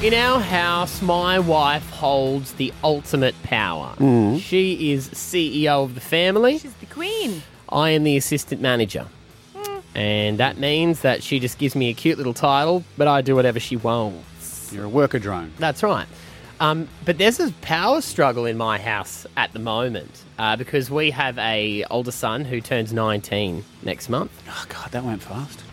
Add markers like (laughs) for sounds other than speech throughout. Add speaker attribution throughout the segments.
Speaker 1: In our house, my wife holds the ultimate power.
Speaker 2: Mm.
Speaker 1: She is CEO of the family.
Speaker 3: She's the queen.
Speaker 1: I am the assistant manager. And that means that she just gives me a cute little title, but I do whatever she wants.
Speaker 2: You're a worker drone.
Speaker 1: That's right. Um, but there's a power struggle in my house at the moment uh, because we have a older son who turns 19 next month.
Speaker 2: Oh god, that went fast.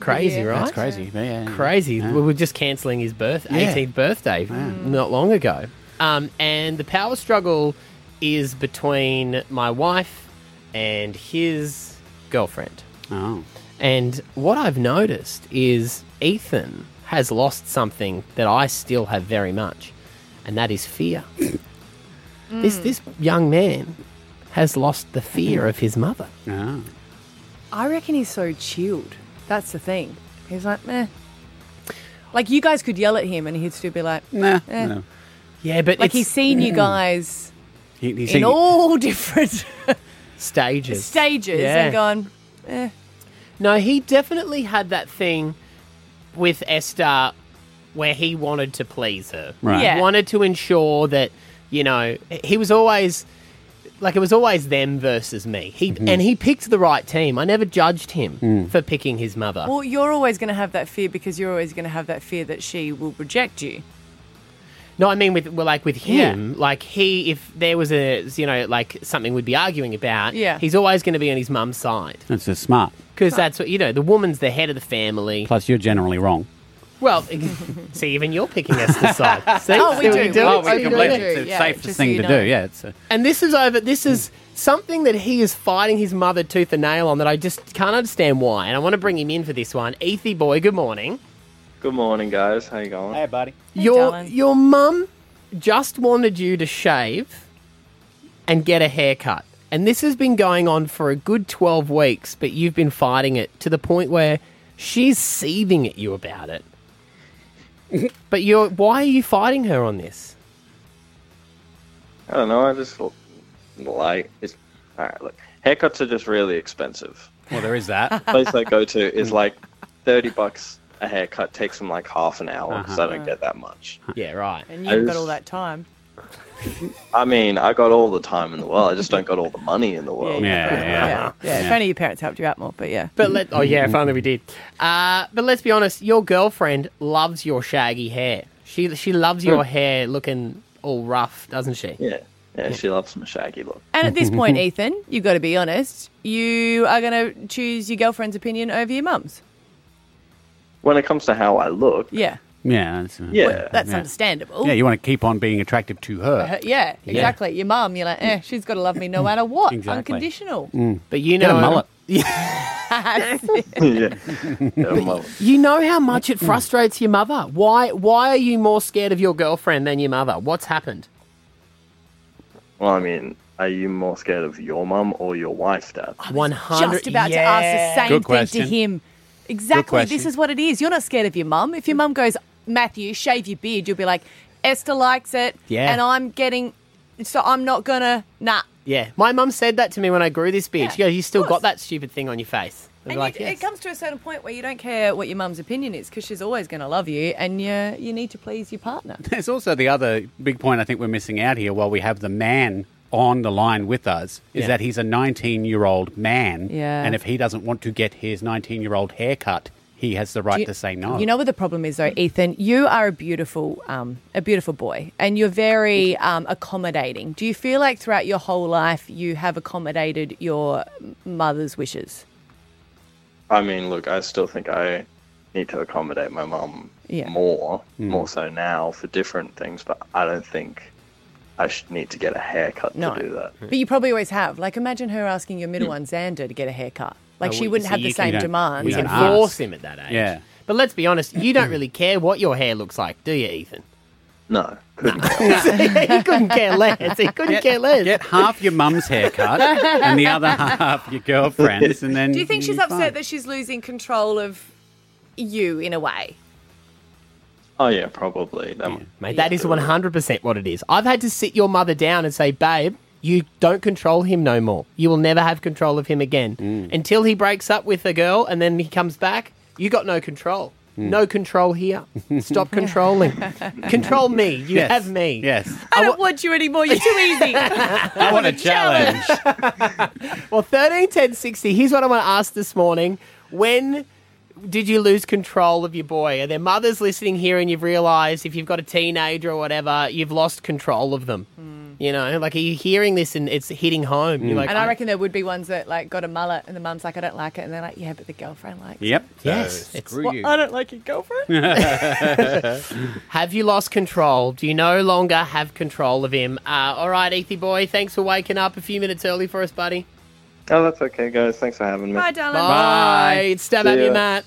Speaker 1: Crazy,
Speaker 3: Yeah.
Speaker 1: right?
Speaker 2: That's crazy. Yeah, yeah, yeah.
Speaker 1: crazy.
Speaker 2: Yeah.
Speaker 1: We were just cancelling his birth,
Speaker 2: Yeah.
Speaker 1: 18th birthday, not long ago. Um, and the power struggle is between my wife and his girlfriend.
Speaker 2: Oh.
Speaker 1: And what I've noticed is Ethan has lost something that I still have very much, and that is (coughs) fear.
Speaker 3: Mm.
Speaker 1: This this young man has lost the fear of his mother.
Speaker 2: Oh.
Speaker 3: I reckon he's so chilled. That's the thing. He's like, meh. Like you guys could yell at him and he'd still be like,
Speaker 2: Nah.
Speaker 3: Eh.
Speaker 2: No.
Speaker 1: Yeah, but
Speaker 3: like
Speaker 1: it's
Speaker 3: he's seen you guys
Speaker 2: He, he's
Speaker 3: in
Speaker 2: seen-
Speaker 3: all (laughs) different
Speaker 1: stages.
Speaker 3: stages
Speaker 1: Yeah.
Speaker 3: and gone, eh.
Speaker 1: No, he definitely had that thing with Esther where he wanted to please her.
Speaker 2: Right.
Speaker 3: Yeah.
Speaker 1: Wanted to ensure that, you know, he was always like it was always them versus me. He and he picked the right team. I never judged him for picking his mother.
Speaker 3: Well, you're always going to have that fear because you're always going to have that fear that she will reject you.
Speaker 1: No, I mean with well, like with
Speaker 2: Yeah.
Speaker 1: him, like he if there was a you know like something we'd be arguing about,
Speaker 3: Yeah.
Speaker 1: he's always going to be on his mum's side
Speaker 2: That's just smart.
Speaker 1: because that's what you know. The woman's the head of the family.
Speaker 2: Plus, you're generally wrong.
Speaker 1: Well, (laughs) see, even you're picking us to (laughs) side. See,
Speaker 3: Oh, we
Speaker 1: See what
Speaker 3: do.
Speaker 1: you do?
Speaker 3: Oh,
Speaker 1: See
Speaker 3: we
Speaker 1: what you do?
Speaker 3: completely-
Speaker 2: It's the
Speaker 3: Yeah,
Speaker 2: safest
Speaker 3: just so
Speaker 2: thing
Speaker 3: you
Speaker 2: to
Speaker 3: know.
Speaker 2: do. Yeah. It's a,
Speaker 1: And this is over. This is something that he is fighting his mother tooth and nail on that I just can't understand why. And I want to bring him in for this one. Ethy boy, good morning.
Speaker 4: Good morning, guys. How you going?
Speaker 2: buddy.
Speaker 1: your
Speaker 3: darling.
Speaker 1: your mum just wanted you to shave and get a haircut. And this has been going on for a good 12 weeks, but you've been fighting it to the point where she's seething at you about it. (laughs) but you're why are you fighting her on this?
Speaker 4: I don't know. I just l- like it's all right. Look, haircuts are just
Speaker 3: (laughs)
Speaker 4: really expensive.
Speaker 2: Well, there is that.
Speaker 4: The place I go to is like thirty bucks a haircut. Takes them like half an hour because I
Speaker 3: Uh-huh.
Speaker 4: don't get that much.
Speaker 1: Yeah, right.
Speaker 3: And
Speaker 4: I
Speaker 3: you've got
Speaker 4: just-
Speaker 3: all that time.
Speaker 4: I mean, I got all the time in the world. I just don't got all the money in the
Speaker 3: Yeah,
Speaker 4: world.
Speaker 2: Yeah,
Speaker 3: yeah,
Speaker 2: yeah.
Speaker 3: yeah. yeah. If only your parents helped you out more, but yeah.
Speaker 1: But let oh yeah, if only we did. Uh, but let's be honest, your girlfriend loves your shaggy hair. She she loves your hair looking all rough, doesn't she?
Speaker 4: Yeah, yeah. She loves my shaggy look.
Speaker 3: And at this point, Ethan, you've got to be honest. You are going to choose your girlfriend's opinion over your mum's.
Speaker 4: When it comes to how I look,
Speaker 3: Yeah,
Speaker 2: Yeah. That's,
Speaker 4: yeah,
Speaker 3: that's
Speaker 2: Yeah.
Speaker 3: understandable.
Speaker 2: Yeah, You want to keep on being attractive to her.
Speaker 3: Uh, yeah, exactly. Your mum, you're like, eh, she's got to love me no matter what.
Speaker 2: Exactly.
Speaker 3: Unconditional. (laughs)
Speaker 1: But you know
Speaker 2: Get a mullet.
Speaker 4: yeah. (laughs) Yeah,
Speaker 3: (laughs)
Speaker 4: well,
Speaker 1: You know how much
Speaker 3: Mm.
Speaker 1: it frustrates your mother. Why why are you more scared of your girlfriend than your mother? What's happened?
Speaker 4: well, I mean, are you more scared of your mum or your wife, Dad?
Speaker 1: One
Speaker 3: Just about to ask the same
Speaker 2: Good
Speaker 3: thing
Speaker 2: question.
Speaker 3: to him. Exactly. This
Speaker 2: question.
Speaker 3: is what it is. You're not scared of your mum. If your mum goes, Matthew, shave your beard, you'll be like, Esther likes it.
Speaker 1: Yeah.
Speaker 3: And I'm getting, so I'm not going to, nah.
Speaker 1: Yeah. My mum said that to me when I grew this beard.
Speaker 3: Yeah,
Speaker 1: she goes, You still
Speaker 3: of
Speaker 1: got
Speaker 3: course.
Speaker 1: that stupid thing on your face. I was
Speaker 3: And
Speaker 1: like,
Speaker 3: you,
Speaker 1: "Yes."
Speaker 3: it comes to a certain point where you don't care what your mum's opinion is because she's always going to love you and you, you need to please your partner.
Speaker 2: There's also the other big point I think we're missing out here while we have the man on the line with us is
Speaker 1: Yeah.
Speaker 2: that he's a 19 year old man.
Speaker 3: Yeah.
Speaker 2: And if he doesn't want to get his 19 year old haircut, he has the right
Speaker 3: You-
Speaker 2: to say no.
Speaker 3: You know what the problem is, though, Ethan. You are a beautiful, um, a beautiful boy, and you're very um, accommodating. Do you feel like throughout your whole life you have accommodated your m- mother's wishes?
Speaker 4: I mean, look, I still think I need to accommodate my mum
Speaker 3: Yeah.
Speaker 4: more, more so now for different things, but I don't think I should need to get a haircut
Speaker 3: No.
Speaker 4: to do that.
Speaker 3: But you probably always have. Like, imagine her asking your middle one Xander to get a haircut. Like,
Speaker 1: Oh,
Speaker 3: she
Speaker 1: well,
Speaker 3: wouldn't
Speaker 1: see,
Speaker 3: have the
Speaker 1: you can-
Speaker 3: same
Speaker 2: you don't-
Speaker 3: demands.
Speaker 1: we
Speaker 2: you
Speaker 1: can
Speaker 2: don't ask.
Speaker 1: force him at that age.
Speaker 2: Yeah.
Speaker 1: But let's be honest, you don't really care what your hair looks like, do you, Ethan?
Speaker 4: No, couldn't.
Speaker 1: (laughs) he couldn't care less. He couldn't care less.
Speaker 2: Get half your mum's haircut and the other half your girlfriend's, and then
Speaker 3: Do you think she's
Speaker 2: you're
Speaker 3: upset
Speaker 2: fine.
Speaker 3: that she's losing control of you in a way?
Speaker 4: oh, yeah, probably. That might-
Speaker 1: Mate, that is 100% what it is. I've had to sit your mother down and say, babe, you don't control him no more. You will never have control of him again. Until he breaks up with a girl and then he comes back, you got no control. No control here. Stop controlling. control me. You
Speaker 2: Yes.
Speaker 1: have me.
Speaker 3: (laughs)
Speaker 2: Yes.
Speaker 3: I don't want you anymore. You're too easy.
Speaker 2: I want a challenge.
Speaker 1: Well, 13, 10, 60. Here's what I want to ask this morning. When did you lose control of your boy? Are there mothers listening here and you've realized if you've got a teenager or whatever, you've lost control of them? You know, like are you hearing this and it's hitting home? You're like,
Speaker 3: (laughs) Hmm. and I reckon there would be ones that like got a mullet, and the mum's like, I don't like it, and they're like, Yeah, but the girlfriend likes. it.
Speaker 2: yep.
Speaker 1: Yes, it's-
Speaker 5: screw you.
Speaker 3: I don't like your girlfriend.
Speaker 1: (laughs) Have you lost control? Do you no longer have control of him? Uh, all right, Ethy boy, thanks for waking up a few minutes early for us, buddy.
Speaker 4: Oh, that's okay, guys. Thanks for having me.
Speaker 3: Bye, darling.
Speaker 1: Bye. It's Stab at
Speaker 4: See
Speaker 1: you,
Speaker 4: ya.
Speaker 1: Matt.